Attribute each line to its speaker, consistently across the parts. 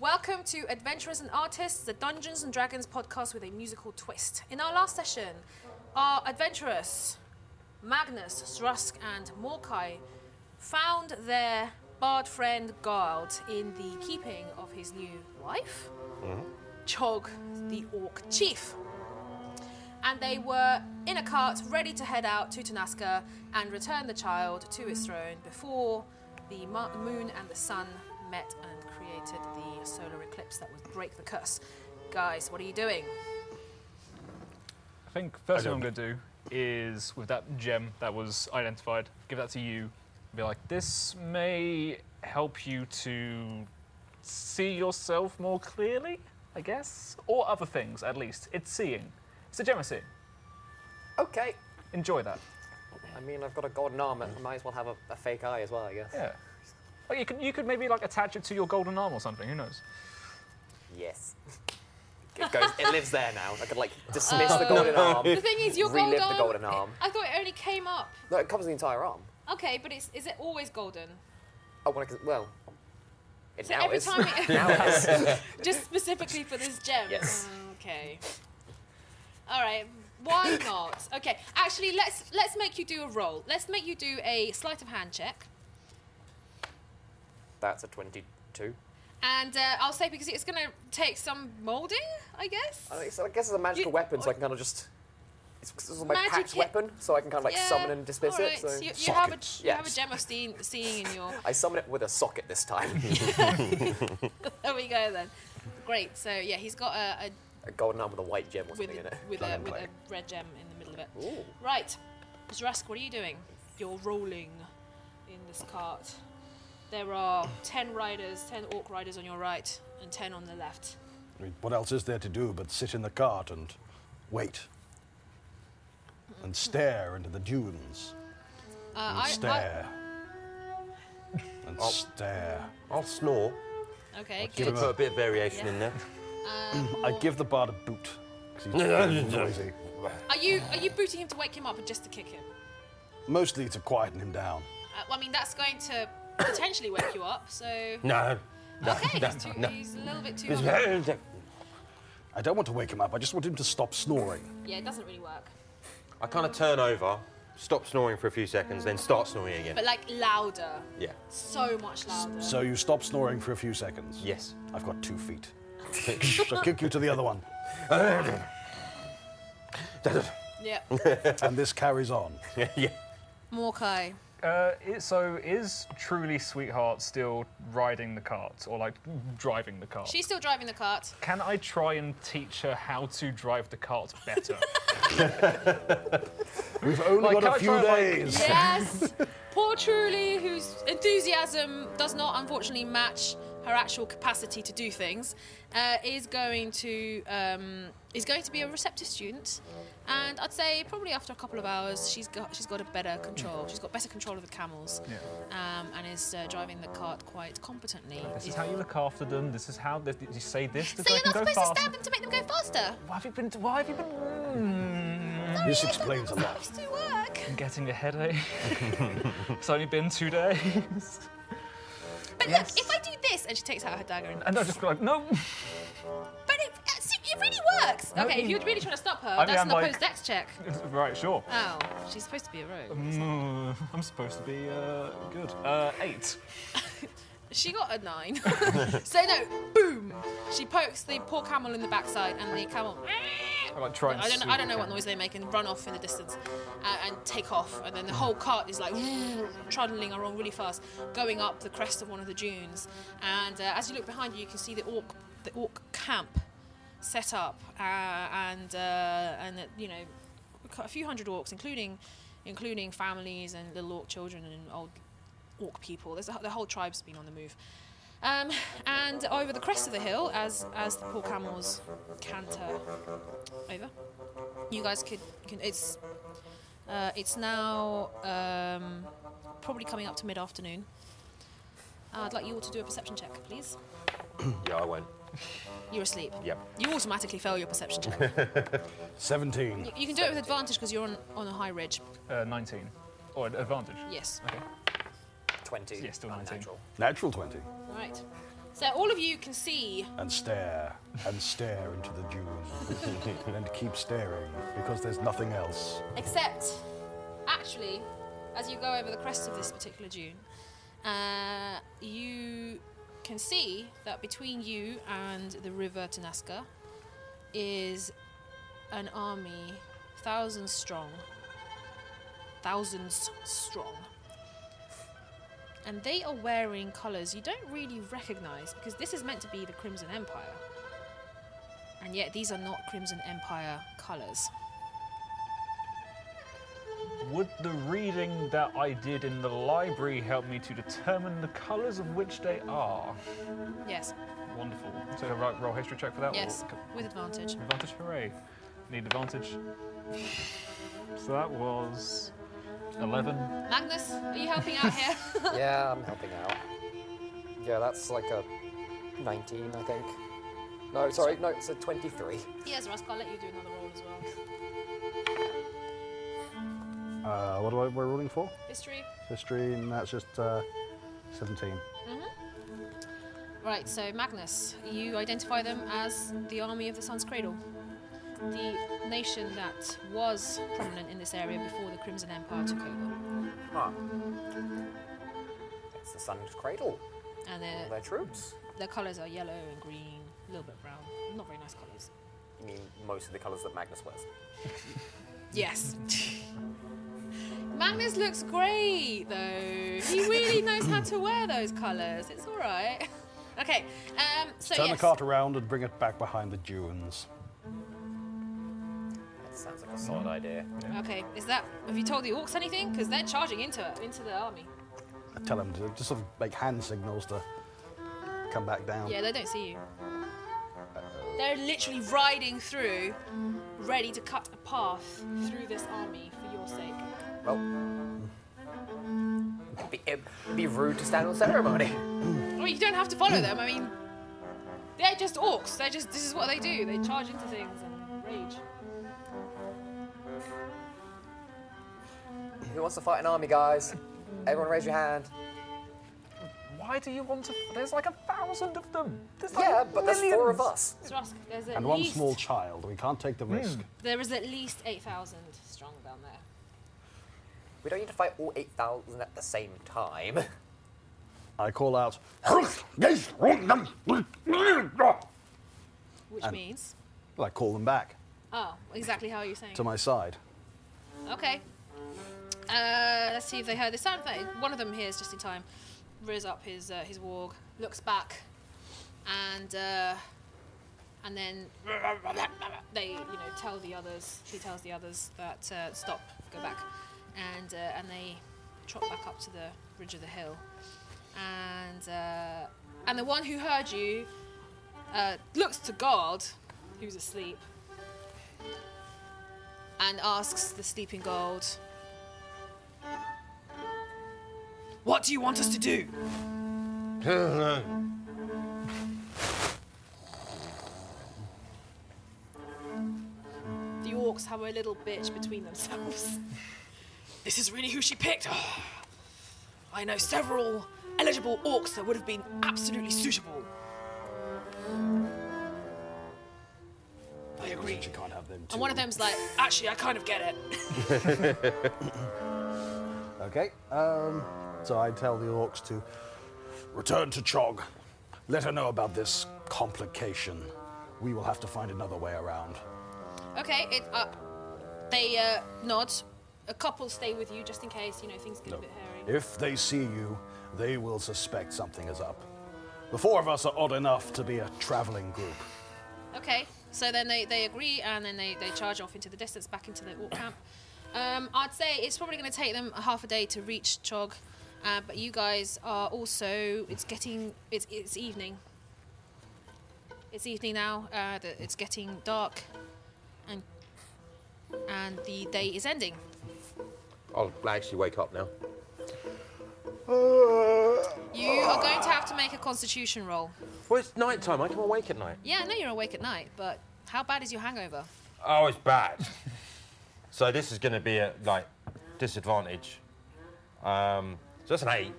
Speaker 1: Welcome to Adventurers and Artists, the Dungeons and Dragons podcast with a musical twist. In our last session, our adventurers, Magnus, Zrusk, and Morkai, found their bard friend Gard in the keeping of his new wife, Chog, the orc chief. And they were in a cart ready to head out to Tanaska and return the child to its throne before the mo- moon and the sun met and created the solar eclipse that would break the curse. Guys, what are you doing?
Speaker 2: I think first
Speaker 3: I
Speaker 2: thing I'm going to do is with that gem that was identified, give that to you. Be like, this may help you to see yourself more clearly, I guess, or other things at least. It's seeing. It's a gem of seeing.
Speaker 4: Okay.
Speaker 2: Enjoy that.
Speaker 4: I mean, I've got a golden arm. I might as well have a, a fake eye as well, I guess.
Speaker 2: Yeah. Like Oh, you could you could maybe like attach it to your golden arm or something. Who knows?
Speaker 4: Yes. It goes. it lives there now. I could like dismiss the golden arm.
Speaker 1: The thing is, Oh, your
Speaker 4: Relive
Speaker 1: gold
Speaker 4: the
Speaker 1: arm.
Speaker 4: golden arm.
Speaker 1: I thought it only came up.
Speaker 4: No, it covers the entire arm.
Speaker 1: Okay, but it's, is it always golden?
Speaker 4: Oh, well, I can, well it
Speaker 1: So
Speaker 4: now
Speaker 1: every
Speaker 4: is.
Speaker 1: time it.
Speaker 4: now it is.
Speaker 1: Just specifically for this gem.
Speaker 4: Yes.
Speaker 1: Okay. All right. Why not? Okay. Actually, let's let's make you do a roll. Let's make you do a sleight of hand check,
Speaker 4: That's a twenty-two.
Speaker 1: and uh, I'll say because it's gonna take some molding, I guess.
Speaker 4: I, don't- so I guess it's a magical
Speaker 1: You-
Speaker 4: weapon, so I can kind of just. It's, it's sort of my
Speaker 1: Magic
Speaker 4: packed
Speaker 1: it.
Speaker 4: weapon, so I can kind of like
Speaker 1: Yeah,
Speaker 4: summon and dismiss
Speaker 1: all
Speaker 4: it.
Speaker 1: right.
Speaker 4: So
Speaker 1: you, you have a you
Speaker 4: Yeah.
Speaker 1: have a gem of seeing, seeing in your.
Speaker 4: I summon it with a socket this time.
Speaker 1: There we go then. Great. So yeah, he's got a, a
Speaker 4: a golden arm with a white gem or
Speaker 1: with
Speaker 4: something in
Speaker 1: a,
Speaker 4: it.
Speaker 1: with,
Speaker 4: Plug
Speaker 1: a,
Speaker 4: and
Speaker 1: with
Speaker 4: play.
Speaker 1: a red gem in the middle of it.
Speaker 4: Ooh.
Speaker 1: Right, Zrask, what are you doing? You're rolling in this cart. There are ten riders, ten orc riders on your right, and ten on the left.
Speaker 5: I mean, what else is there to do but sit in the cart and wait and stare into the dunes
Speaker 1: Uh,
Speaker 5: and
Speaker 1: I,
Speaker 5: stare and stare.
Speaker 3: I'll snore.
Speaker 1: I, okay,
Speaker 5: Give
Speaker 3: Give
Speaker 1: good.
Speaker 5: him
Speaker 3: put a bit of variation in there.
Speaker 5: I give the bard a boot. 'cause he's very noisy.
Speaker 1: Are you are you booting him to wake him up or just to kick him?
Speaker 5: Mostly to quieten him down.
Speaker 1: Uh, well, I mean, that's going to potentially wake you up. So
Speaker 3: No. No,
Speaker 1: okay,
Speaker 3: no,
Speaker 1: he's, too,
Speaker 3: no.
Speaker 1: he's a little bit too. hungry.
Speaker 3: It's-
Speaker 5: I don't want to wake him up. I just want him to stop snoring.
Speaker 1: Yeah, it doesn't really work.
Speaker 3: I kind of turn over, stop snoring for a few seconds, then start snoring
Speaker 1: But
Speaker 3: again.
Speaker 1: like louder,
Speaker 3: Yeah.
Speaker 1: so much louder.
Speaker 5: So you stop snoring for a few seconds.
Speaker 3: Yes.
Speaker 5: I've got two feet. so kick you to the other one,
Speaker 1: yeah,
Speaker 5: and this carries on.
Speaker 3: yeah.
Speaker 1: Morkai.
Speaker 2: Uh, i- so is truly sweetheart still riding the cart or like driving the cart?
Speaker 1: She's still driving the cart.
Speaker 2: Can I try and teach her how to drive the cart better?
Speaker 5: We've only
Speaker 2: Like, can
Speaker 5: got
Speaker 2: I
Speaker 5: a few
Speaker 2: try, like-
Speaker 5: days.
Speaker 1: Yes! Poor Truly, whose enthusiasm does not unfortunately match her actual capacity to do things, uh, is going to um, is going to be a receptive student, and I'd say probably after a couple of hours she's got she's got a better control. She's got better control of the camels,
Speaker 2: Yeah.
Speaker 1: um, and is uh, driving the cart quite competently.
Speaker 2: This is how you look after them. This is how th- you say this. This
Speaker 1: so
Speaker 2: I
Speaker 1: you're
Speaker 2: can
Speaker 1: not
Speaker 2: go
Speaker 1: supposed
Speaker 2: fast.
Speaker 1: to stab them to make them go faster.
Speaker 2: Why have you been? Why have you been? Mm,
Speaker 5: This explains a lot.
Speaker 1: Supposed to work.
Speaker 2: I'm getting a headache. it's only been two days.
Speaker 1: But look, if I do this, and she takes out her dagger and
Speaker 2: And I just be like, no.
Speaker 1: But it, uh, it really works.
Speaker 2: No,
Speaker 1: Okay, if
Speaker 2: it-
Speaker 1: you're really trying to stop her,
Speaker 2: mean,
Speaker 1: that's
Speaker 2: I'm
Speaker 1: an opposed
Speaker 2: like-
Speaker 1: dex check.
Speaker 2: right, sure.
Speaker 1: Oh, she's supposed to be a rogue.
Speaker 2: Mm, I'm supposed to be uh, good. Uh, eight.
Speaker 1: She got a nine. so no, boom. She pokes the poor camel in the backside, and the camel.
Speaker 2: I like try and
Speaker 1: I don't.
Speaker 2: swoop
Speaker 1: I don't know what
Speaker 2: down.
Speaker 1: noise they make and run off in the distance, uh, and take off, and then the whole cart is like trundling along really fast, going up the crest of one of the dunes. And uh, as you look behind you, you can see the orc, the orc camp, set up, uh, and uh, and uh, you know, a few hundred orcs, including including families and little orc children and old orc people. There's a, the whole tribe's been on the move. Um, and over the crest of the hill, as as the poor camels canter over, you guys could can it's uh, it's now um, probably coming up to mid afternoon. I'd like you all to do a perception check, please.
Speaker 3: Yeah, I won't.
Speaker 1: You're asleep.
Speaker 3: Yep.
Speaker 1: You automatically fail your perception check.
Speaker 5: 17.
Speaker 1: you can do it with advantage because you're on, on a high ridge.
Speaker 2: Uh, Nineteen. Or an advantage.
Speaker 1: Yes.
Speaker 2: Okay.
Speaker 4: Twenty.
Speaker 2: Yeah, still 19.
Speaker 4: unnatural.
Speaker 5: Natural 20.
Speaker 1: All right. So all of you can see
Speaker 5: and stare and stare into the dune and keep staring because there's nothing else.
Speaker 1: Except, actually, as you go over the crest of this particular dune, uh, you can see that between you and the river Tanaska is an army, thousands strong. Thousands strong. And they are wearing colours you don't really recognise because this is meant to be the Crimson Empire. And yet these are not Crimson Empire colours.
Speaker 2: Would the reading that I did in the library help me to determine the colours of which they are?
Speaker 1: Yes.
Speaker 2: Wonderful. So can I ro- roll history check for that?
Speaker 1: Yes,
Speaker 5: Oh,
Speaker 2: Or- c-
Speaker 1: with advantage.
Speaker 2: Advantage, hooray. Need advantage. So that was 11.
Speaker 1: Magnus, are you helping out here?
Speaker 4: Yeah, I'm helping out. Yeah, that's like a 19, I think. No, sorry, no, it's a 23.
Speaker 1: yes, Rusk, I'll let you do another roll as well.
Speaker 6: Uh, what am I we're rolling for?
Speaker 1: History.
Speaker 6: History, and that's just uh, 17.
Speaker 1: Right, so Magnus, you identify them as the army of the Sun's Cradle, the nation that was prominent in this area before the Crimson Empire took over.
Speaker 4: Huh. It's the sun's cradle.
Speaker 1: And
Speaker 4: All
Speaker 1: their,
Speaker 4: their troops.
Speaker 1: their colours are yellow and green, a little bit brown. Not very nice colours.
Speaker 4: You mean most of the colours that Magnus wears?
Speaker 5: Mm.
Speaker 1: Yes. Magnus looks great though. He really knows how to wear those colours. It's all right. Okay. Um, so
Speaker 5: Turn
Speaker 1: yes.
Speaker 5: the cart around and bring it back behind the dunes.
Speaker 4: That sounds like a solid idea.
Speaker 1: Okay. Is that? Have you told the orcs anything? Because they're charging into into the army.
Speaker 6: I tell them to just sort of make hand signals to come back down.
Speaker 1: Yeah, they don't see you. They're literally riding through, ready to cut a path through this army for your sake.
Speaker 4: Well, it'd be, it'd be rude to stand on ceremony.
Speaker 1: Well, you don't have to follow them. I mean, they're just orcs. They're just. This is what they do. They charge into things and rage.
Speaker 4: Who wants to fight an army, guys? Everyone raise your hand.
Speaker 2: Why do you want to? There's like a thousand of them. There's like
Speaker 4: Yeah, but there's four of
Speaker 2: millions.
Speaker 4: us.
Speaker 1: It's Rusk. There's at
Speaker 6: And one
Speaker 1: least,
Speaker 6: small child. We can't take the risk.
Speaker 1: There is at least eight thousand strong down there.
Speaker 4: We don't need to fight all 8,000 at the same time.
Speaker 6: I call out,
Speaker 1: Which means.
Speaker 6: I call them back
Speaker 1: Oh, exactly how you're saying.
Speaker 6: to my side.
Speaker 1: Okay. Uh, let's see if they heard this sound. They- One of them hears just in time, rears up his uh, his warg, looks back, and uh, and then they you know tell the others. She tells the others that uh, stop, go back, and uh, and they trot back up to the ridge of the hill, and uh, and the one who heard you uh, looks to God, who's asleep, and asks the sleeping gold, What do you want us to do? the orcs have a little bitch between themselves. this is really who she picked. Ah, I know several eligible orcs that would have been absolutely suitable. I agree.
Speaker 6: You can't have them too.
Speaker 1: And one of them's like, actually, I kind of get it.
Speaker 6: Okay. Um, so I tell the orcs to.
Speaker 5: Return to Chog. Let her know about this complication. We will have to find another way around.
Speaker 1: Okay, it's up. They uh, nod. A couple stay with you just in case, you know, things get a bit hairy.
Speaker 5: If they see you, they will suspect something is up. The four of us are odd enough to be a traveling group.
Speaker 1: Okay, so then they, they agree and then they, they charge off into the distance back into the orc camp. Um, I'd say it's probably going to take them a half a day to reach Chog, uh, but you guys are also, it's getting, it's, it's evening. It's evening now, uh, the, it's getting dark and, and the day is ending.
Speaker 3: I'll actually wake up now.
Speaker 1: You are going to have to make a constitution roll.
Speaker 3: Well, it's night time. I come awake at night.
Speaker 1: Yeah, I know you're awake at night, but how bad is your hangover?
Speaker 3: Oh, it's bad. so this is going to be a like disadvantage. Um, so that's an eight.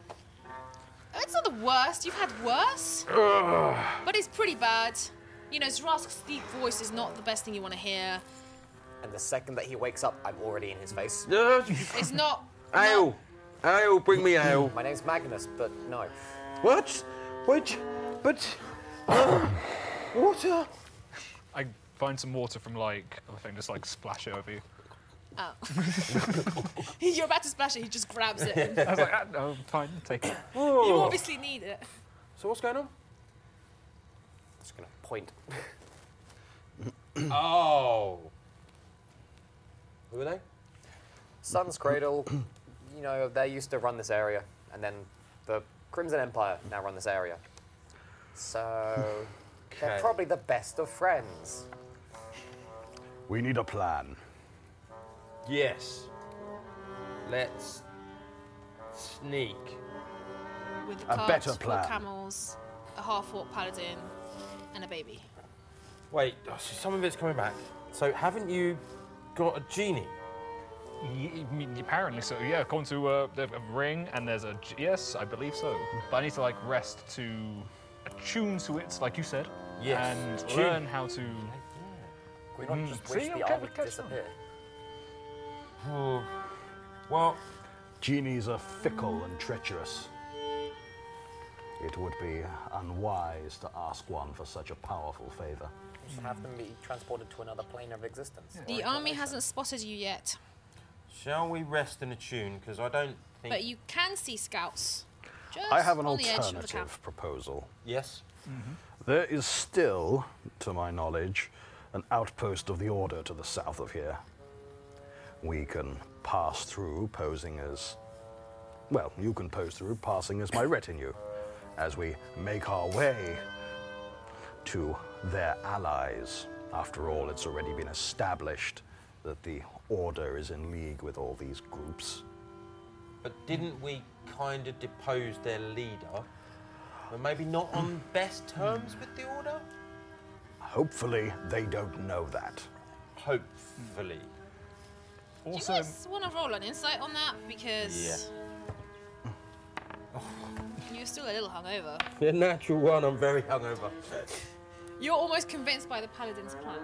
Speaker 1: It's not the worst. You've had worse. but it's pretty bad. You know, Zrask's deep voice is not the best thing you want to hear.
Speaker 7: And the second that he wakes up, I'm already in his face.
Speaker 1: It's not.
Speaker 3: ale! Ale, bring me ale.
Speaker 7: My name's Magnus, but no.
Speaker 3: What? What? But. water?
Speaker 2: I find some water from like I think just like splash it over you.
Speaker 1: Oh. You're about to splash it. He just grabs it.
Speaker 2: I was like, ah, no, fine, take it.
Speaker 3: Oh.
Speaker 1: you obviously need it.
Speaker 3: So, what's going on?
Speaker 7: just gonna point.
Speaker 3: Oh. Who are they?
Speaker 7: Sun's Cradle, you know, they used to run this area, and then the Crimson Empire now run this area. So they're
Speaker 3: Okay.
Speaker 7: probably the best of friends.
Speaker 5: We need a plan.
Speaker 3: Yes. Let's sneak.
Speaker 1: With the
Speaker 5: A
Speaker 1: cart,
Speaker 5: better
Speaker 1: four
Speaker 5: plan.
Speaker 1: camels, a half-orc paladin, and a baby.
Speaker 3: Wait, oh, so some of it's coming back. So, haven't you got a genie?
Speaker 2: Y- y- apparently so. Yeah, according to uh, the- a ring, and there's a g- yes, I believe so. But I need to like rest to attune to it, like you said.
Speaker 3: Yes,
Speaker 2: And
Speaker 3: attune.
Speaker 2: learn how to.
Speaker 7: Can we not
Speaker 2: Mm,
Speaker 7: just
Speaker 2: see,
Speaker 7: wish
Speaker 2: okay,
Speaker 7: the army
Speaker 2: we
Speaker 7: to
Speaker 2: catch on.
Speaker 7: disappear?
Speaker 3: Oh. Well,
Speaker 5: Genies are fickle and treacherous. It would be unwise to ask one for such a powerful favor.
Speaker 7: Just have them be transported to another plane of existence.
Speaker 1: The army hasn't spotted you yet,
Speaker 3: shall we rest and attune? Because I don't think.
Speaker 1: but you can see scouts. Just
Speaker 5: I have an
Speaker 1: on the edge of the camp.
Speaker 5: alternative proposal.
Speaker 3: Yes.
Speaker 5: There is still, to my knowledge, an outpost of the Order to the south of here. We can pass through posing as. Well, you can pose through passing as my retinue as we make our way to their allies. After all, it's already been established that the Order is in league with all these groups.
Speaker 3: But didn't we kind of depose their leader? But maybe not on best terms with the order?
Speaker 5: Hopefully, they don't know that.
Speaker 3: Hopefully.
Speaker 1: Do you
Speaker 2: Also,
Speaker 1: guys want to roll an insight on that? Because you're still a little hungover.
Speaker 3: The natural one, I'm very hungover.
Speaker 1: You're almost convinced by the paladin's plan.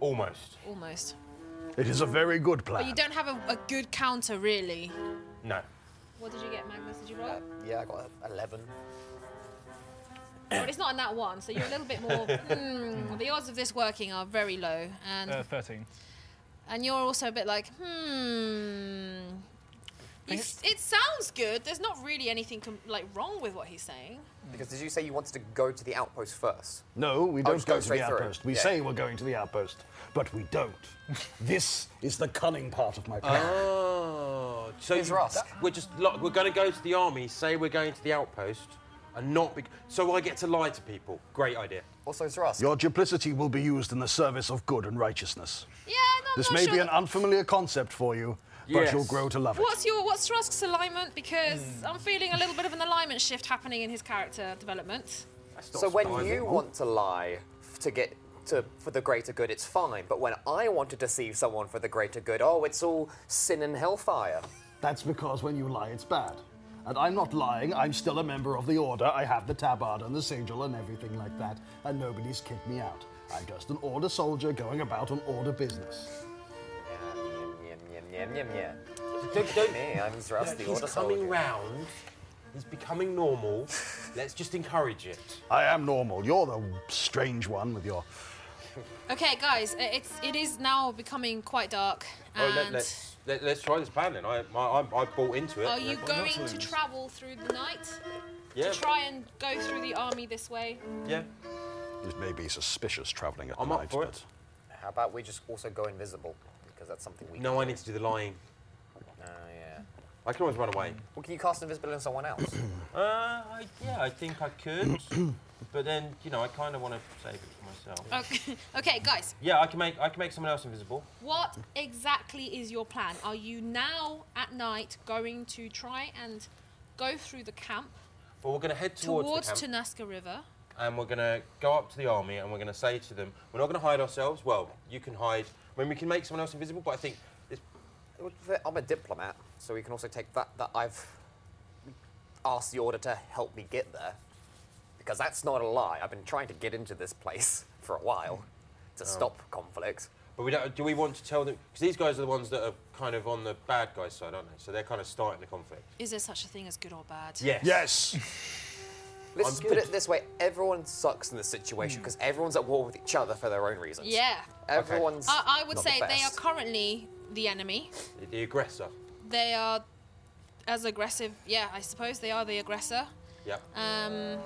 Speaker 3: Almost.
Speaker 1: Almost.
Speaker 5: It is a very good plan.
Speaker 1: But you don't have a, a good counter, really.
Speaker 3: No.
Speaker 1: What did you get, Magnus? Did you roll?
Speaker 7: Yeah, I got a 11.
Speaker 1: Well, it's not in that one, so you're a little bit more. hmm, the odds of this working are very low, and
Speaker 2: uh, thirteen.
Speaker 1: and you're also a bit like, hmm. You, s- it sounds good. There's not really anything com- like wrong with what he's saying.
Speaker 7: Because did you say you wanted to go to the outpost first?
Speaker 5: No, we
Speaker 7: Oh,
Speaker 5: don't
Speaker 7: just
Speaker 5: go
Speaker 7: go
Speaker 5: to
Speaker 7: straight
Speaker 5: the
Speaker 7: through.
Speaker 5: outpost. We
Speaker 7: Yeah.
Speaker 5: say we're going to the outpost, but we don't. this is the cunning part of my plan.
Speaker 3: Oh. So
Speaker 7: Here's
Speaker 3: you-
Speaker 7: Rusk.
Speaker 3: we're just like, we're going to go to the army, say we're going to the outpost, and not be. So I get to lie to people. Great idea.
Speaker 7: Also, Zrask.
Speaker 5: Your duplicity will be used in the service of good and righteousness.
Speaker 1: Yeah, no,
Speaker 5: This
Speaker 1: I'm not
Speaker 5: may
Speaker 1: sure
Speaker 5: be an
Speaker 1: that-
Speaker 5: unfamiliar concept for you, but you'll
Speaker 3: Yes.
Speaker 5: grow to love it.
Speaker 1: What's your what's Rusk's alignment? Because I'm feeling a little bit of an alignment shift happening in his character development.
Speaker 7: So when
Speaker 3: Oh.
Speaker 7: you want to lie f- to get to for the greater good, it's fine. But when I want to deceive someone for the greater good, oh, it's all sin and hellfire.
Speaker 5: That's because when you lie, it's bad. And I'm not lying, I'm still a member of the Order. I have the tabard and the sigil and everything like that, and nobody's kicked me out. I'm just an Order soldier going about on Order business.
Speaker 7: Yum, yum, yum, yum, yum, yum. Don't, don't me. I'm Zrask the
Speaker 3: He's
Speaker 7: Order
Speaker 3: coming
Speaker 7: Soldier.
Speaker 3: round. He's becoming normal. Let's just encourage it.
Speaker 5: I am normal. You're the strange one with your
Speaker 1: Okay, guys, i- it's it is now becoming quite dark.
Speaker 3: Oh,
Speaker 1: And
Speaker 3: let, let's let, let's try this plan then. I, my, I I bought into it.
Speaker 1: are you going to travel through the night
Speaker 3: Yeah.
Speaker 1: to try and go through the army this way?
Speaker 3: Yeah.
Speaker 5: It may be suspicious traveling at
Speaker 3: I'm up
Speaker 5: night,
Speaker 3: for
Speaker 5: but
Speaker 3: it.
Speaker 7: How about we just also go invisible? Because that's something we.
Speaker 3: No, I need to do the lying.
Speaker 7: Can. Oh, yeah.
Speaker 3: I can always run away.
Speaker 7: Well, can you cast invisibility on someone else?
Speaker 3: Uh, I, yeah, I think I could. but then, you know, I kind of want to save it for myself.
Speaker 1: Okay, okay, guys,
Speaker 3: Yeah, I can make I can make someone else invisible.
Speaker 1: what exactly is your plan? Are you now at night going to try and go through the camp
Speaker 3: But we're going to head towards,
Speaker 1: towards
Speaker 3: the camp,
Speaker 1: Tunaska River?
Speaker 3: and we're going to go up to the army, and we're going to say to them, we're not going to hide ourselves. Well, you can hide. I mean, we can make someone else invisible, but I think it's
Speaker 7: I'm a diplomat, so we can also take that that I've ask the order to help me get there. Because that's not a lie. I've been trying to get into this place for a while
Speaker 3: Oh.
Speaker 7: to stop conflict.
Speaker 3: But we don't. Do we want to tell them? Because these guys are the ones that are kind of on the bad guys' side, aren't they? So they're kind of starting the conflict.
Speaker 1: Is there such a thing as good or bad?
Speaker 3: Yes.
Speaker 5: Yes!
Speaker 7: Let's
Speaker 3: I'm
Speaker 7: put
Speaker 3: good. Hmm.
Speaker 7: it this way everyone sucks in this situation because everyone's at war with each other for their own reasons.
Speaker 1: Yeah.
Speaker 7: Everyone's.
Speaker 1: I, I would
Speaker 7: not
Speaker 1: say
Speaker 7: the
Speaker 1: they are
Speaker 7: best.
Speaker 1: currently the enemy.
Speaker 3: The aggressor.
Speaker 1: They are as aggressive. Yeah, I suppose they are the aggressor.
Speaker 3: Yep.
Speaker 1: Um,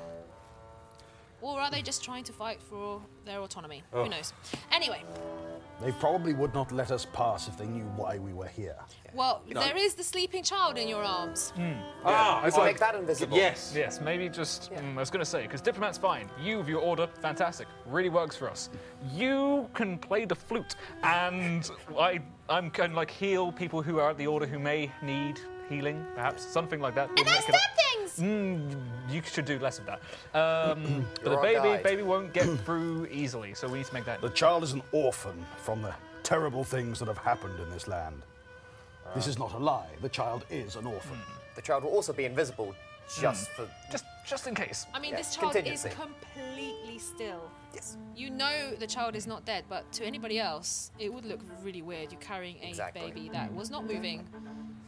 Speaker 1: or are they just trying to fight for their autonomy?
Speaker 3: Oh.
Speaker 1: Who knows? Anyway,
Speaker 6: They probably would not let us pass if they knew why we were here.
Speaker 1: well,
Speaker 3: No.
Speaker 1: there is the sleeping child in your arms.
Speaker 7: Mm.
Speaker 3: Ah,
Speaker 2: It's
Speaker 7: I'll
Speaker 2: like-
Speaker 7: make that invisible.
Speaker 3: yes.
Speaker 2: Yes, maybe just. mm, I was going to say, because diplomat's fine. You, of your order, fantastic. Really works for us. You can play the flute, and I, I'm can like heal people who are at the order who may need healing, perhaps something like that. would
Speaker 1: And I
Speaker 2: make
Speaker 1: stab
Speaker 2: it up.
Speaker 1: things!
Speaker 2: Mm, you should do less of that. Um, but the
Speaker 7: You're our
Speaker 2: baby,
Speaker 7: guide.
Speaker 2: baby won't get through easily, so we need to make that.
Speaker 5: The child is an orphan from the terrible things that have happened in this land.
Speaker 6: This is not a lie. The child is an orphan.
Speaker 7: The child will also be invisible
Speaker 3: Hmm.
Speaker 7: just for.
Speaker 2: Just, just in case.
Speaker 1: I mean,
Speaker 7: Yeah,
Speaker 1: this child is
Speaker 7: contingency.
Speaker 1: completely still.
Speaker 7: Yes.
Speaker 1: You know the child is not dead, but to anybody else, it would look really weird. You're carrying a
Speaker 7: Exactly. Mm.
Speaker 1: baby that was not moving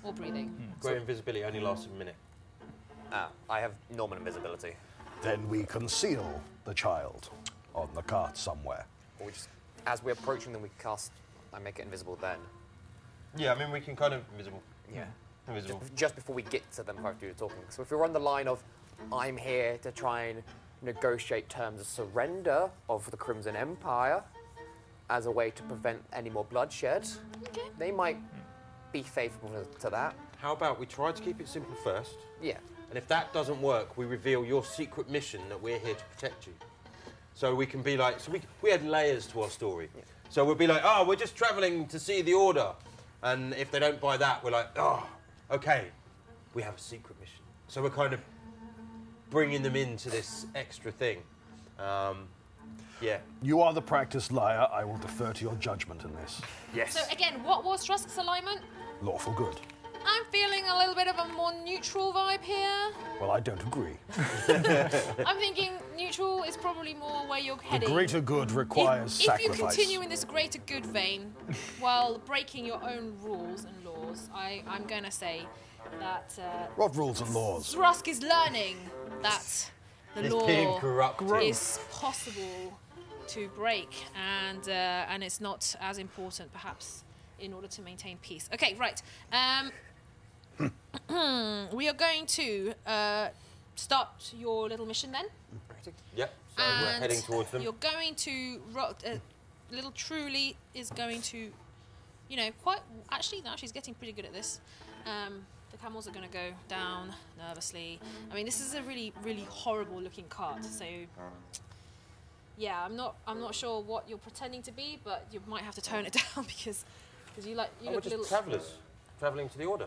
Speaker 1: or breathing.
Speaker 3: Great invisibility only lasts a minute.
Speaker 7: Ah, I have normal invisibility.
Speaker 5: Then we conceal the child on the cart somewhere.
Speaker 7: Or we just, as we're approaching them, we cast. I make it invisible then.
Speaker 3: Yeah, I mean we can kind of invisible.
Speaker 7: Yeah.
Speaker 3: Invisible.
Speaker 7: Just before we get to them, after you're talking. So if you're on the line of, I'm here to try and negotiate terms of surrender of the Crimson Empire as a way to prevent any more bloodshed,
Speaker 1: Okay.
Speaker 7: they might be favourable to- to that.
Speaker 3: How about we try to keep it simple first,
Speaker 7: Yeah.
Speaker 3: and if that doesn't work, we reveal your secret mission that we're here to protect you. So we can be like, so we we had layers to our story. So we'll be like, oh, we're just travelling to see the order, and if they don't buy that, we're like, oh, okay, we have a secret mission. So we're kind of bringing them into this extra thing. Um, yeah.
Speaker 5: You are the practiced liar. I will defer to your judgment in this.
Speaker 3: Yes.
Speaker 1: So again, what was Rusk's alignment?
Speaker 5: Lawful good.
Speaker 1: I'm feeling a little bit of a more neutral vibe here.
Speaker 5: Well, I don't agree.
Speaker 1: I'm thinking neutral is probably more where you're
Speaker 5: Eh. The
Speaker 1: heading.
Speaker 5: greater good requires
Speaker 1: if, if you
Speaker 5: sacrifice.
Speaker 1: continue in this greater good vein while breaking your own rules and laws, I, I'm going to say that uh,
Speaker 5: What rules and laws?
Speaker 1: Thrusk is learning that the
Speaker 3: It's
Speaker 1: law
Speaker 3: being corrupted.
Speaker 1: is possible to break, and uh, and it's not as important perhaps in order to maintain peace. Okay, right. Um, we are going to uh, start your little mission then.
Speaker 3: Yep. So we're
Speaker 1: And
Speaker 3: heading towards them.
Speaker 1: You're going to. Ro- uh, little Truly is going to, you know, quite. Actually, now she's getting pretty good at this. Um, the camels are going to go down nervously. I mean, this is a really, really horrible looking cart. So, yeah, I'm not. I'm not sure what you're pretending to be, but you might have to tone it down because, because you like you
Speaker 3: Oh, we're
Speaker 1: look a
Speaker 3: just
Speaker 1: little.
Speaker 3: travellers travelling to the order.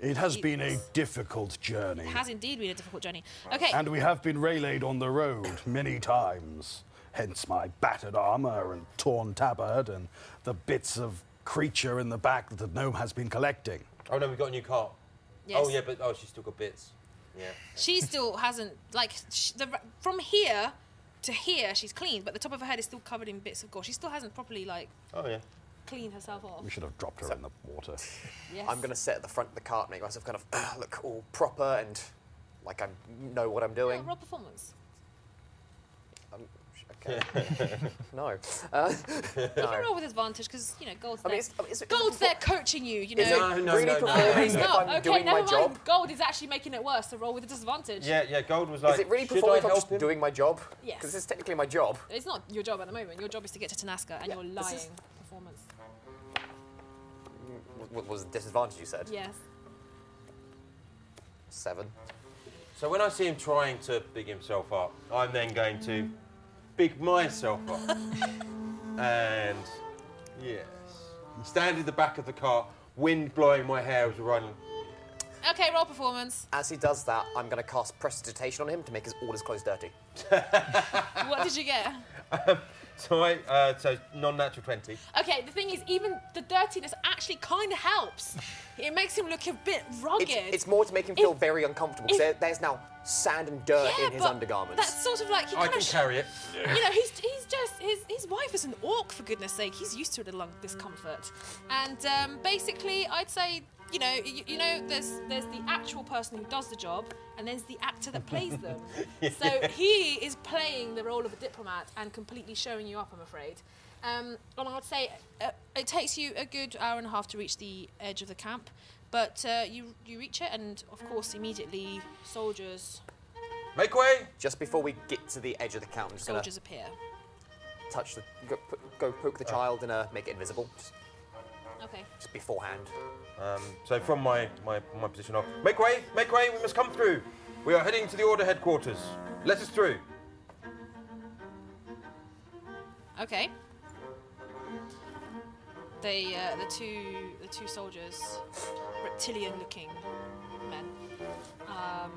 Speaker 5: It has been a difficult journey,
Speaker 1: It has indeed been a difficult journey. Okay.
Speaker 5: and we have been waylaid on the road many times. Hence my battered armor and torn tabard and the bits of creature in the back that the gnome has been collecting.
Speaker 3: Oh no, we've got a new cart.
Speaker 1: yes.
Speaker 3: Oh yeah, but oh, she's still got bits. Yeah.
Speaker 1: she still hasn't like sh the, from here to here she's clean but the top of her head is still covered in bits of gore she still hasn't properly like
Speaker 3: Oh yeah.
Speaker 1: cleaned herself off
Speaker 5: We should have dropped her in the water.
Speaker 1: yes.
Speaker 7: I'm going to sit at the front of the cart, make myself kind of uh, look all proper and like I know what I'm
Speaker 1: oh,
Speaker 7: doing.
Speaker 1: roll performance
Speaker 7: Um, sh- okay. no. Uh,
Speaker 1: you can
Speaker 7: no.
Speaker 1: roll with advantage because you know gold's
Speaker 7: I mean,
Speaker 1: there
Speaker 7: it's, I mean, it's,
Speaker 1: gold's there coaching you you know
Speaker 7: Is it
Speaker 3: No, no,
Speaker 7: really
Speaker 3: no, no.
Speaker 7: performance
Speaker 3: It's
Speaker 7: if
Speaker 1: No,
Speaker 7: I'm
Speaker 1: okay,
Speaker 7: doing
Speaker 1: never
Speaker 7: my
Speaker 1: mind.
Speaker 7: job?
Speaker 1: Gold is actually making it worse. So roll with a disadvantage.
Speaker 3: Yeah, yeah. Gold was like.
Speaker 7: Is it really
Speaker 3: should
Speaker 7: performance if
Speaker 3: I
Speaker 7: I'm
Speaker 3: help
Speaker 7: just
Speaker 3: him?
Speaker 7: doing my job?
Speaker 1: Yes.
Speaker 7: Because this is technically my job.
Speaker 1: It's not your job at the moment. Your job is to get to Tanaska, and
Speaker 7: Yeah,
Speaker 1: you're
Speaker 7: this
Speaker 1: lying.
Speaker 7: is-
Speaker 1: Performance.
Speaker 7: What was the disadvantage you said?
Speaker 1: Yes.
Speaker 7: Seven.
Speaker 3: So when I see him trying to big himself up, I'm then going to
Speaker 7: Mm.
Speaker 3: big myself up. and yes, stand in the back of the cart, wind blowing my hair as we're running.
Speaker 1: Okay, roll performance.
Speaker 7: As he does that, I'm going to cast Prestidigitation on him to make his orders clothes dirty.
Speaker 1: what did you get?
Speaker 3: So I, uh, so non-natural twenty.
Speaker 1: Okay, the thing is, even the dirtiness actually kind of helps. It makes him look a bit rugged.
Speaker 7: It's, it's more to make him feel
Speaker 1: If-
Speaker 7: very uncomfortable. 'cause
Speaker 1: if-
Speaker 7: there- there's now sand and dirt
Speaker 1: yeah,
Speaker 7: in his
Speaker 1: but
Speaker 7: undergarments.
Speaker 1: That's sort of like he
Speaker 3: I
Speaker 1: kind
Speaker 3: can
Speaker 1: of
Speaker 3: carry it.
Speaker 1: you know, he's, he's just his, his wife is an orc for goodness sake. He's used to a little discomfort, and um, basically, I'd say you know, you, you know, there's there's the actual person who does the job, and there's the actor that plays them. So he is playing the role of a diplomat and completely showing you up. I'm afraid. Um, and I'd say uh, it takes you a good hour and a half to reach the edge of the camp, but uh, you you reach it, and of course, immediately soldiers
Speaker 3: Make way.
Speaker 7: Just before we get to the edge of the count, I'm just
Speaker 1: soldiers appear.
Speaker 7: gonna touch the go, put, go poke the child and uh, make it invisible. Just,
Speaker 1: Okay.
Speaker 7: just beforehand.
Speaker 3: Um, so from my, my, my position off, make way, make way, we must come through. We are heading to the order headquarters. Let us through.
Speaker 1: Okay. They, uh, the two, the two soldiers, reptilian-looking men, um,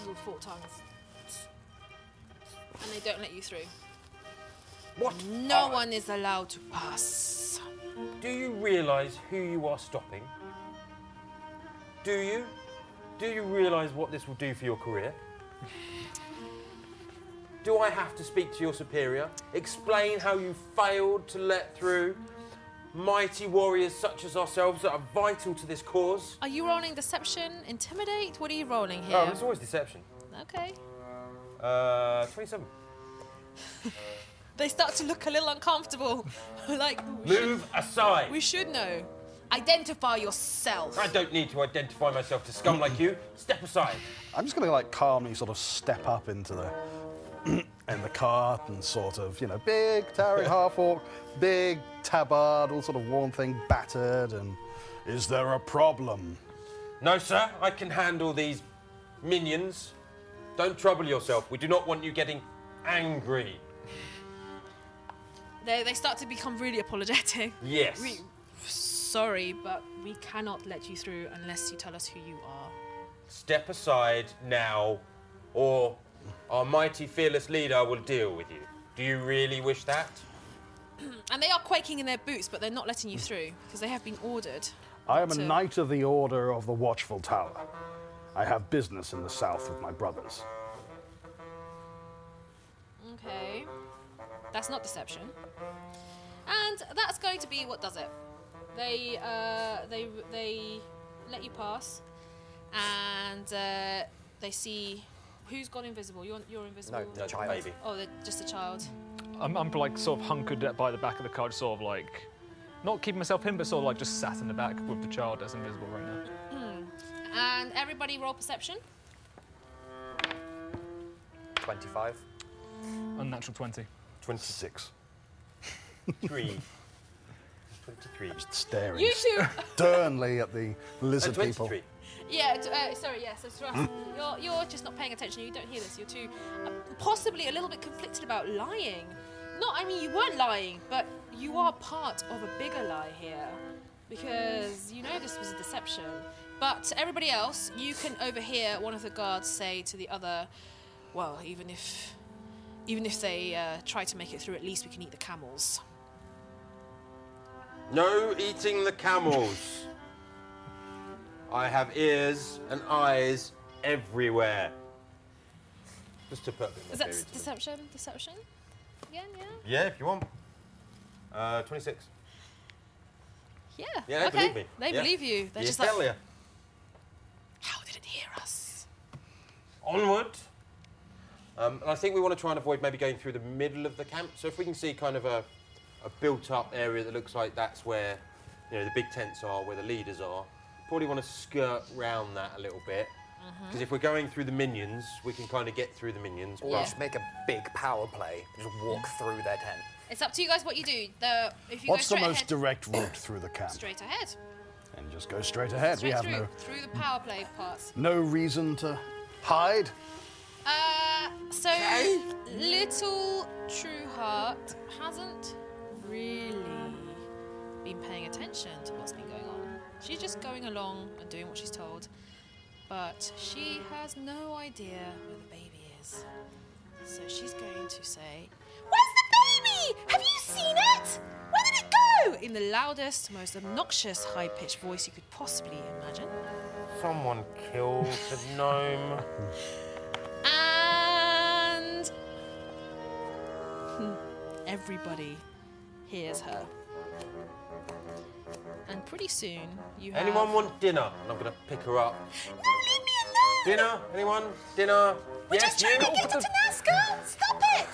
Speaker 1: little forked tongues, and they don't let you through.
Speaker 3: What?
Speaker 1: No
Speaker 3: are-
Speaker 1: one is allowed to pass.
Speaker 3: Do you realise who you are stopping? Do you? Do you realise what this will do for your career? do I have to speak to your superior? Explain how you failed to let through mighty warriors such as ourselves that are vital to this cause?
Speaker 1: Are you rolling deception, intimidate? What are you rolling here?
Speaker 3: Oh, it's always deception.
Speaker 1: okay.
Speaker 3: Uh, 27.
Speaker 1: They start to look a little uncomfortable. like we should-
Speaker 3: Move aside.
Speaker 1: we should know. Identify yourself.
Speaker 3: I don't need to identify myself to scum like you. Step aside.
Speaker 5: I'm just gonna like calmly sort of step up into the in the cart and sort of you know big towering half orc, big tabard, all sort of worn thing, battered. And is there a problem?
Speaker 3: No, sir, I can handle these minions. Don't trouble yourself. We do not want you getting angry.
Speaker 1: They, they start to become really apologetic.
Speaker 3: Yes.
Speaker 1: We, sorry, but we cannot let you through unless you tell us who you are.
Speaker 3: Step aside now, or our mighty fearless leader will deal with you. Do you really wish that?
Speaker 1: And they are quaking in their boots, but they're not letting you through because they have been ordered.
Speaker 5: I am a
Speaker 1: So-
Speaker 5: knight of the Order of the Watchful Tower. I have business in the south with my brothers.
Speaker 1: Okay. That's not deception. And that's going to be what does it. They uh, they they let you pass, and uh, they see who's gone invisible. You're you're invisible.
Speaker 7: No, The child.
Speaker 3: Maybe.
Speaker 1: Oh, they're just a child.
Speaker 2: I'm, I'm like sort of hunkered by the back of the car, just sort of like not keeping myself in, but sort of like just sat in the back with the child as invisible right now.
Speaker 1: And everybody roll perception.
Speaker 7: 25.
Speaker 2: Unnatural 20.
Speaker 5: 26.
Speaker 3: 23. 23.
Speaker 5: Just staring
Speaker 1: You two
Speaker 5: sternly at the
Speaker 3: Uh,
Speaker 5: lizard people.
Speaker 3: 23.
Speaker 1: Yeah, d- uh, sorry, yes, that's right. you're, you're just not paying attention, you don't hear this, you're too uh, possibly a little bit conflicted about lying. Not, I mean, you weren't lying, but you are part of a bigger lie here because you know this was a deception. But everybody else, you can overhear one of the guards say to the other, well, even if. Even if they uh, try to make it through, at least we can eat the camels.
Speaker 3: No eating the camels. I have ears and eyes everywhere. Just to put a bit more
Speaker 1: Is that
Speaker 3: theory
Speaker 1: s-
Speaker 3: to it.
Speaker 1: deception? Deception? Again, yeah?
Speaker 3: Yeah, if you want. Uh, 26.
Speaker 1: Yeah.
Speaker 3: Yeah, they
Speaker 1: okay.
Speaker 3: believe me.
Speaker 1: They
Speaker 3: Yeah.
Speaker 1: believe you. They're
Speaker 3: Yeah,
Speaker 1: just like,
Speaker 3: hell yeah.
Speaker 1: How did it hear us?
Speaker 3: Onward. Um, and I think we want to try and avoid maybe going through the middle of the camp. So if we can see kind of a, a built-up area that looks like that's where, you know, the big tents are, where the leaders are. Probably want to skirt round that a little bit. Because if we're going through the minions, we can kind of get through the minions.
Speaker 7: Or
Speaker 1: Mm-hmm. Yeah.
Speaker 7: just make a big power play. Just walk through their tent.
Speaker 1: It's up to you guys what you do. The if you
Speaker 5: What's
Speaker 1: go straight
Speaker 5: the most
Speaker 1: ahead,
Speaker 5: direct route through the camp?
Speaker 1: straight ahead,
Speaker 5: And just go straight ahead.
Speaker 1: straight
Speaker 5: we have
Speaker 1: through
Speaker 5: no
Speaker 1: through the power play parts.
Speaker 5: no reason to hide.
Speaker 1: Uh, so little True Heart hasn't really been paying attention to what's been going on. She's just going along and doing what she's told, but she has no idea where the baby is. So she's going to say, "Where's the baby? Have you seen it? Where did it go?" No! In the loudest, most obnoxious, high pitched voice you could possibly imagine.
Speaker 3: Someone killed the gnome.
Speaker 1: And. Hmm, Everybody hears her. And pretty soon you have.
Speaker 3: Anyone want dinner? And I'm gonna pick her up.
Speaker 1: No, leave me alone!
Speaker 3: Dinner? Anyone? Dinner?
Speaker 1: We're just trying to get to Tanaska! Stop it!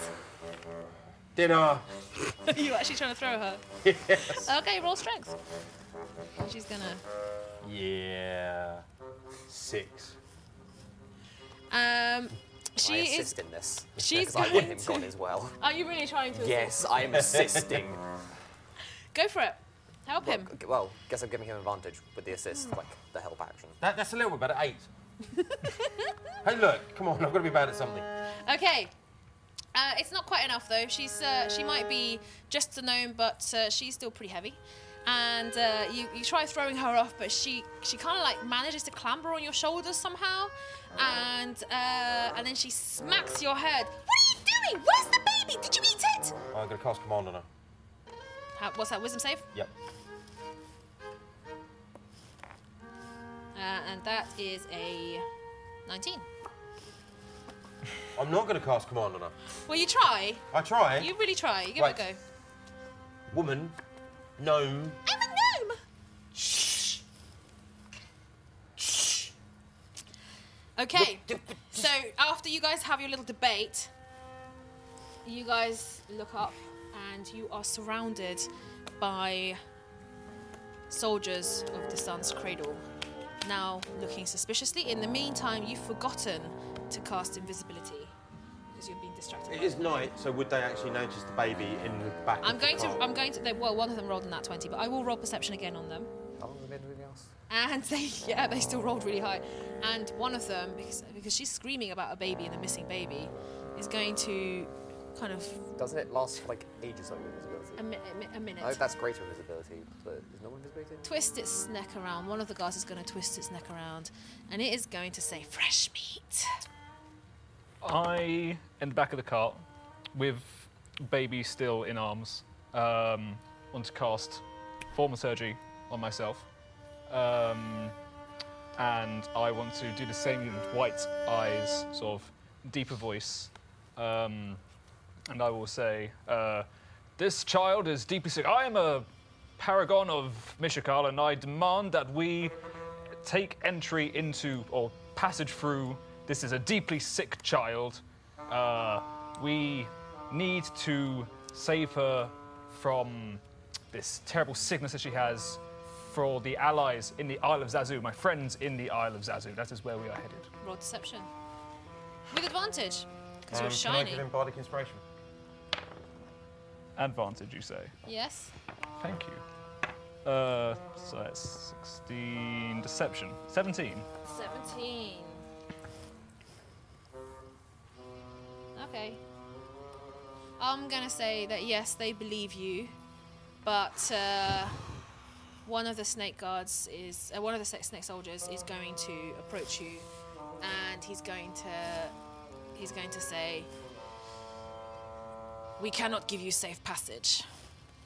Speaker 3: Dinner.
Speaker 1: You're actually trying to throw her. Okay, roll strength. She's gonna.
Speaker 3: Yeah. Six.
Speaker 1: Um,
Speaker 7: I
Speaker 1: she is.
Speaker 7: assist in this.
Speaker 1: She's
Speaker 7: Because I want
Speaker 1: going
Speaker 7: him
Speaker 1: to.
Speaker 7: gone as well.
Speaker 1: Are you really trying to?
Speaker 7: Yes, I am assisting.
Speaker 1: Go for it. Help him. Hmm.
Speaker 7: Well, g- Well, guess I'm giving him advantage with the assist, like the help action.
Speaker 3: That, that's a little bit better. Eight. hey, look. Come on. I've got to be bad at something.
Speaker 1: Okay. Uh, it's not quite enough though. She's uh, she might be just a gnome, but uh, she's still pretty heavy. And uh, you, you try throwing her off, but she she kind of like manages to clamber on your shoulders somehow, and uh, and then she smacks your head. What are you doing? Where's the baby? Did you eat it?
Speaker 3: I'm gonna cast command on her.
Speaker 1: How, what's that wisdom save?
Speaker 3: Yep.
Speaker 1: Uh, and that is a 19.
Speaker 3: I'm not gonna cast command on her.
Speaker 1: Well, you try.
Speaker 3: I try.
Speaker 1: You really try. You give
Speaker 3: Right.
Speaker 1: it a go.
Speaker 3: Woman. Gnome.
Speaker 1: I'm a gnome. Okay. So after you guys have your little debate, you guys look up and you are surrounded by soldiers of the Sun's Cradle. Now looking suspiciously. In the meantime, you've forgotten to cast invisibility because you've been distracted.
Speaker 3: It
Speaker 1: by
Speaker 3: is night, so would they actually notice the baby in the back?
Speaker 1: I'm
Speaker 3: of the
Speaker 1: going to.
Speaker 3: car?
Speaker 1: I'm going to. They, well, one of them rolled in that twenty, but I will roll perception again on them.
Speaker 7: How long has it been anything else?
Speaker 1: And they, yeah, they still rolled really high. And one of them, because because she's screaming about a baby and a missing baby, is going to kind of
Speaker 7: Doesn't it last for like ages on invisibility?
Speaker 1: a, mi- a mi- a minute.
Speaker 7: I hope that's greater invisibility, but is normal invisibility?
Speaker 1: twist its neck around. One of the guys is going to twist its neck around, and it is going to say fresh meat.
Speaker 2: I in the back of the cart with baby still in arms. Um, want to cast form of surgery on myself, um, and I want to do the same with white eyes, sort of deeper voice, um, and I will say, uh, "This child is deeply sick. I am a paragon of Mishakal, and I demand that we." take entry into or passage through. This is a deeply sick child. Uh, we need to save her from this terrible sickness that she has for the allies in the Isle of Zazu, my friends in the Isle of Zazu. That is where we are headed.
Speaker 1: Roll deception with advantage because
Speaker 3: Um,
Speaker 1: you're
Speaker 3: Can I
Speaker 1: shiny.
Speaker 3: give him bardic inspiration?
Speaker 2: Advantage, you say?
Speaker 1: Yes.
Speaker 2: Thank you. Uh, so that's 16. Deception. 17.
Speaker 1: 17. Okay. I'm gonna say that yes, they believe you, but uh, one of the snake guards is uh, one of the sa- snake soldiers is going to approach you, and he's going to he's going to say, "We cannot give you safe passage."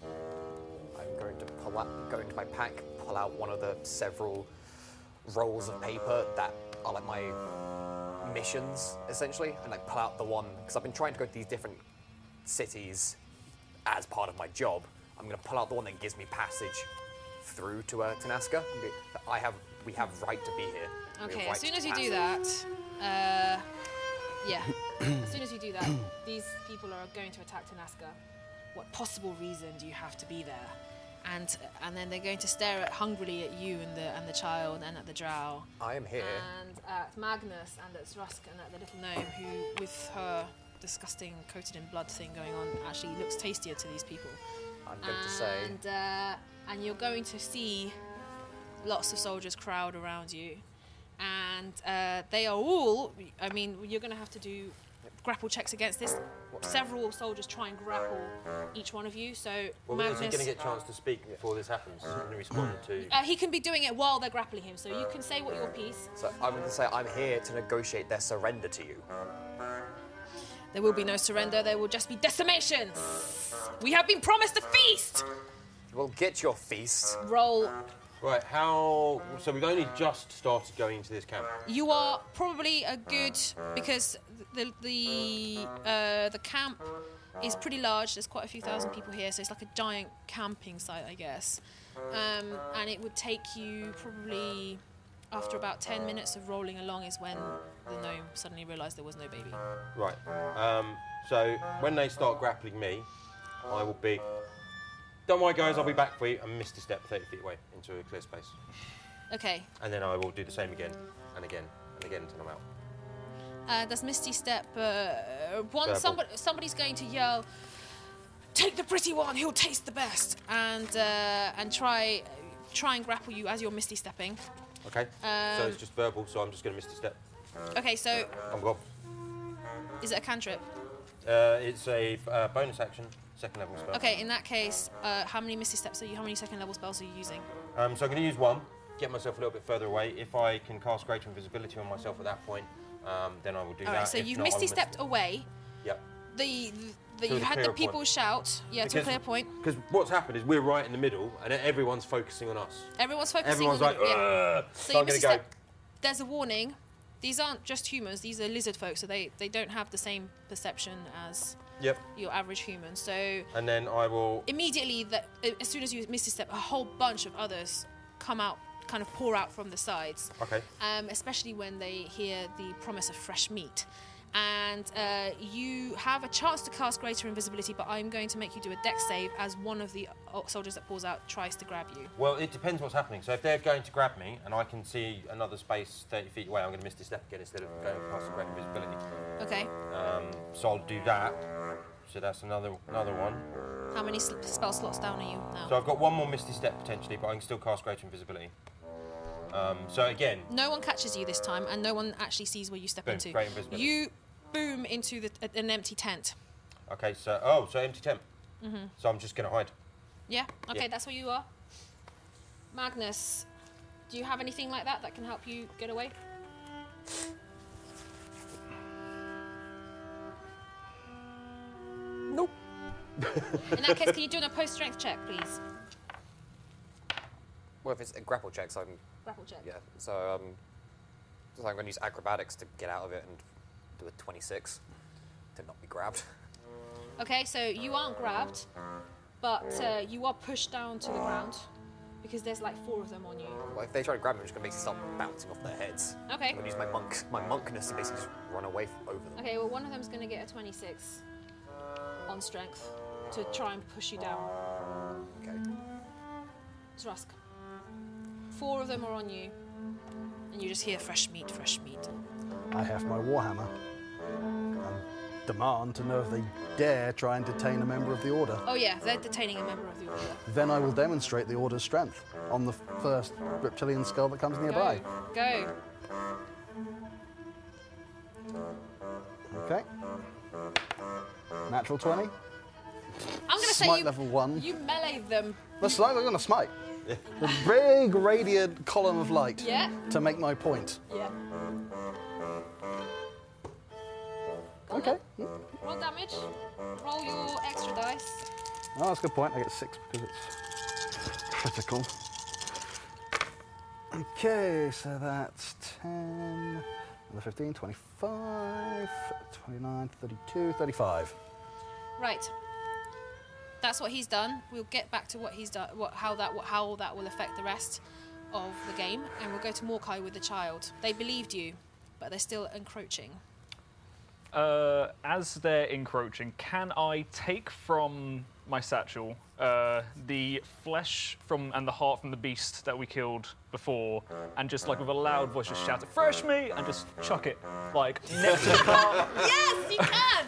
Speaker 7: I'm going to pull out, go into my pack, pull out one of the several rolls of paper that are like my missions, essentially, and like pull out the one because I've been trying to go to these different cities as part of my job. I'm going to pull out the one that gives me passage through to uh, Tanaska. and be- I have, we have right to be here. We have
Speaker 1: Okay,
Speaker 7: right
Speaker 1: as soon
Speaker 7: to
Speaker 1: as you do
Speaker 7: passage.
Speaker 1: that, uh, yeah, as soon as you do that, these people are going to attack Tanaska. What possible reason do you have to be there? And and then they're going to stare at, hungrily at you and the and the child and at the drow
Speaker 7: I am here.
Speaker 1: and at Magnus and at Rusk and at the little gnome who, with her disgusting coated in blood thing going on, actually looks tastier to these people.
Speaker 7: I'm going to say,
Speaker 1: uh, And uh, and you're going to see lots of soldiers crowd around you, and uh, they are all. I mean, you're going to have to do grapple checks against this. Several soldiers try and grapple each one of you. So
Speaker 3: Well, is he
Speaker 1: Magnus.
Speaker 3: going to get a chance to speak before this happens? He's going to respond to.
Speaker 1: uh, he can be doing it while they're grappling him, so you can say what your piece.
Speaker 7: so I'm going to say, I'm here to negotiate their surrender to you.
Speaker 1: There will be no surrender, there will just be decimations! We have been promised a feast!
Speaker 7: We'll get your feast.
Speaker 1: Roll.
Speaker 3: Right, how. So we've only just started going into this camp.
Speaker 1: You are probably a good because the the uh, the camp is pretty large. There's quite a few thousand people here, so it's like a giant camping site, I guess. Um, and it would take you probably after about ten minutes of rolling along is when the gnome suddenly realised there was no baby.
Speaker 3: Right. Um, so when they start grappling me, I will be. Don't worry, guys. I'll be back for you. And Mr. Step 30 feet away into a clear space,
Speaker 1: Okay,
Speaker 3: and then I will do the same again and again and again until I'm out.
Speaker 1: Uh, does Misty step? Uh, one
Speaker 3: Verbal.
Speaker 1: somebody, somebody's going to yell, "Take the pretty one. He'll taste the best," and uh, and try try and grapple you as you're Misty stepping.
Speaker 3: Okay. so
Speaker 1: Um,
Speaker 3: it's just verbal. So I'm just going to Mr. Step.
Speaker 1: Okay, so
Speaker 3: I'm gone.
Speaker 1: is it a cantrip?
Speaker 3: Uh, it's a uh, bonus action, second level spell.
Speaker 1: Okay, in that case, uh, how many Misty steps are you? How many second level spells are you using?
Speaker 3: Um, so I'm going to use one, get myself a little bit further away. If I can cast greater invisibility on myself at that point, um, then I will do
Speaker 1: All
Speaker 3: that.
Speaker 1: right, so
Speaker 3: If
Speaker 1: you've
Speaker 3: not, I will
Speaker 1: Misty
Speaker 3: miss-
Speaker 1: stepped oh. away.
Speaker 3: Yep.
Speaker 1: The, the,
Speaker 3: To
Speaker 1: you
Speaker 3: the
Speaker 1: had the
Speaker 3: clear point.
Speaker 1: people shout, yeah, to a
Speaker 3: Because-
Speaker 1: clear point.
Speaker 3: Because what's happened is we're right in the middle, and everyone's focusing on us.
Speaker 1: Everyone's focusing
Speaker 3: Everyone's
Speaker 1: on
Speaker 3: like,
Speaker 1: the yeah.
Speaker 3: "Ugh."
Speaker 1: So,
Speaker 3: so
Speaker 1: you
Speaker 3: I'm
Speaker 1: miss
Speaker 3: going
Speaker 1: a
Speaker 3: to go.
Speaker 1: step. There's a warning. These aren't just humans. These are lizard folk, so they, they don't have the same perception as
Speaker 3: Yep.
Speaker 1: your average human. So
Speaker 3: And then I will.
Speaker 1: immediately, that as soon as you miss a step, a whole bunch of others come out, kind of pour out from the sides.
Speaker 3: Okay.
Speaker 1: Um, especially when they hear the promise of fresh meat. And uh, you have a chance to cast greater invisibility, but I'm going to make you do a deck save as one of the uh, soldiers that pulls out tries to grab you.
Speaker 3: Well, it depends what's happening. So if they're going to grab me and I can see another space 30 feet away, I'm going to miss this step again instead of going past the great invisibility.
Speaker 1: Okay.
Speaker 3: Um, so I'll do that. So that's another another one.
Speaker 1: How many sl- spell slots down are you now?
Speaker 3: So I've got one more misty step potentially, but I can still cast greater invisibility. Um, so again,
Speaker 1: No one catches you this time, and no one actually sees where you step
Speaker 3: Boom,
Speaker 1: into.
Speaker 3: great invisibility.
Speaker 1: You boom into the, a- an empty tent.
Speaker 3: okay. So oh, so empty temp.
Speaker 1: Mm-hmm.
Speaker 3: So I'm just going to hide.
Speaker 1: Yeah. Okay,
Speaker 3: Yeah.
Speaker 1: that's where you are. Magnus, do you have anything like that that can help you get away?
Speaker 4: Nope.
Speaker 1: In that case, can you do a post strength check, please?
Speaker 7: Well, if it's a grapple check, so I can
Speaker 1: Grapple check.
Speaker 7: Yeah, so um, so I'm going to use acrobatics to get out of it and do a 26 to not be grabbed.
Speaker 1: Okay, so you aren't grabbed, but uh, you are pushed down to the ground because there's like four of them on you.
Speaker 7: Well, if they try to grab me, I'm just going to basically start bouncing off their heads.
Speaker 1: Okay.
Speaker 7: I'm going to use my monk, my monkness to basically just run away f- over them.
Speaker 1: Okay, well, one of them's going to get a 26 on strength to try and push you down.
Speaker 7: Okay.
Speaker 1: Drusk. Four of them are on you, and you just hear fresh meat, fresh meat.
Speaker 6: I have my warhammer. And demand to know if they dare try and detain a member of the order.
Speaker 1: Oh, yeah, they're detaining a member of the order.
Speaker 6: Then I will demonstrate the order's strength on the first reptilian skull that comes nearby.
Speaker 1: Go. Go.
Speaker 6: Okay. Natural 20.
Speaker 1: I'm going to say
Speaker 6: Smite
Speaker 1: you,
Speaker 6: level one.
Speaker 1: you melee them.
Speaker 6: That's like I'm going to smite. A big radiant column of light
Speaker 1: Yeah.
Speaker 6: to make my point.
Speaker 1: Yeah.
Speaker 6: Okay.
Speaker 1: Roll damage. Roll your extra dice.
Speaker 6: Oh, that's a good point. I get six because it's critical. Okay, so that's 10, another 15, 25, 29, 32, 35.
Speaker 1: Right. That's what he's done. We'll get back to what he's done, what, how that what, how that will affect the rest of the game, and we'll go to Morkai with the child. They believed you, but they're still encroaching.
Speaker 2: Uh, as they're encroaching, can I take from my satchel uh, the flesh from and the heart from the beast that we killed before, and just like with a loud voice, just shout, "Fresh meat!" and just chuck it like next to the cart,
Speaker 1: Yes, you can.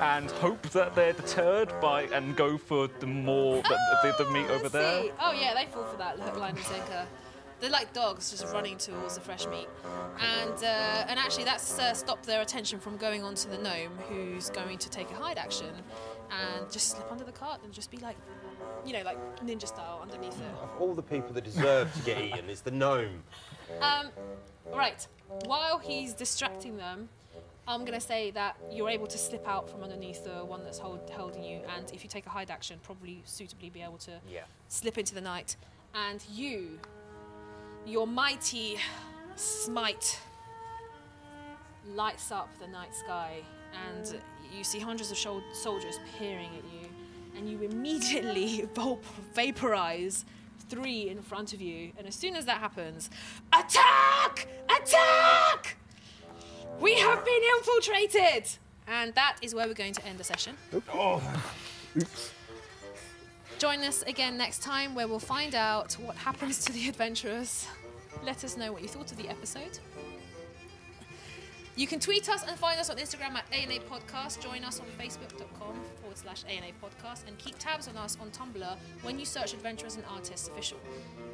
Speaker 2: and hope that they're deterred by and go for the more the, the, the meat over
Speaker 1: Let's
Speaker 2: there.
Speaker 1: see. Oh yeah, they fall for that hook, line, and sinker. They're like dogs, just running towards the fresh meat, and uh, and actually that's uh, stopped their attention from going on to the gnome, who's going to take a hide action, and just slip under the cart and just be like, you know, like ninja style underneath it.
Speaker 3: Of all the people that deserve to get eaten, it's the gnome.
Speaker 1: Um, right. While he's distracting them, I'm going to say that you're able to slip out from underneath the one that's hold, holding you, and if you take a hide action, probably suitably be able to
Speaker 7: Yeah.
Speaker 1: slip into the night. And you, your mighty smite, lights up the night sky, and you see hundreds of shol- soldiers peering at you, and you immediately vulp- vaporize three in front of you. And as soon as that happens, attack! Attack! We have been infiltrated! And that is where we're going to end the session. Join us again next time where we'll find out what happens to the adventurers. Let us know what you thought of the episode. You can tweet us and find us on Instagram at ANA Podcast. Join us on Facebook.com forward slash ANA Podcast and keep tabs on us on Tumblr when you search Adventurers and Artists Official.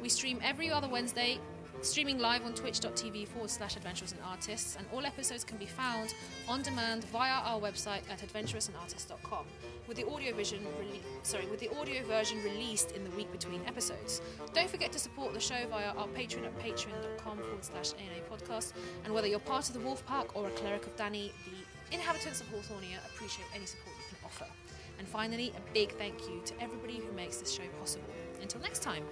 Speaker 1: We stream every other Wednesday, streaming live on twitch.tv forward slash Adventurers and Artists, and all episodes can be found on demand via our website at adventurousandartists.com with the audio vision rele- sorry, with the audio version released in the week between episodes. Don't forget to support the show via our Patreon at patreon.com forward slash ANA podcast. And whether you're part of the Wolf Pack or a cleric of Danny, the inhabitants of Hawthornia appreciate any support you can offer. And finally, a big thank you to everybody who makes this show possible. Until next time.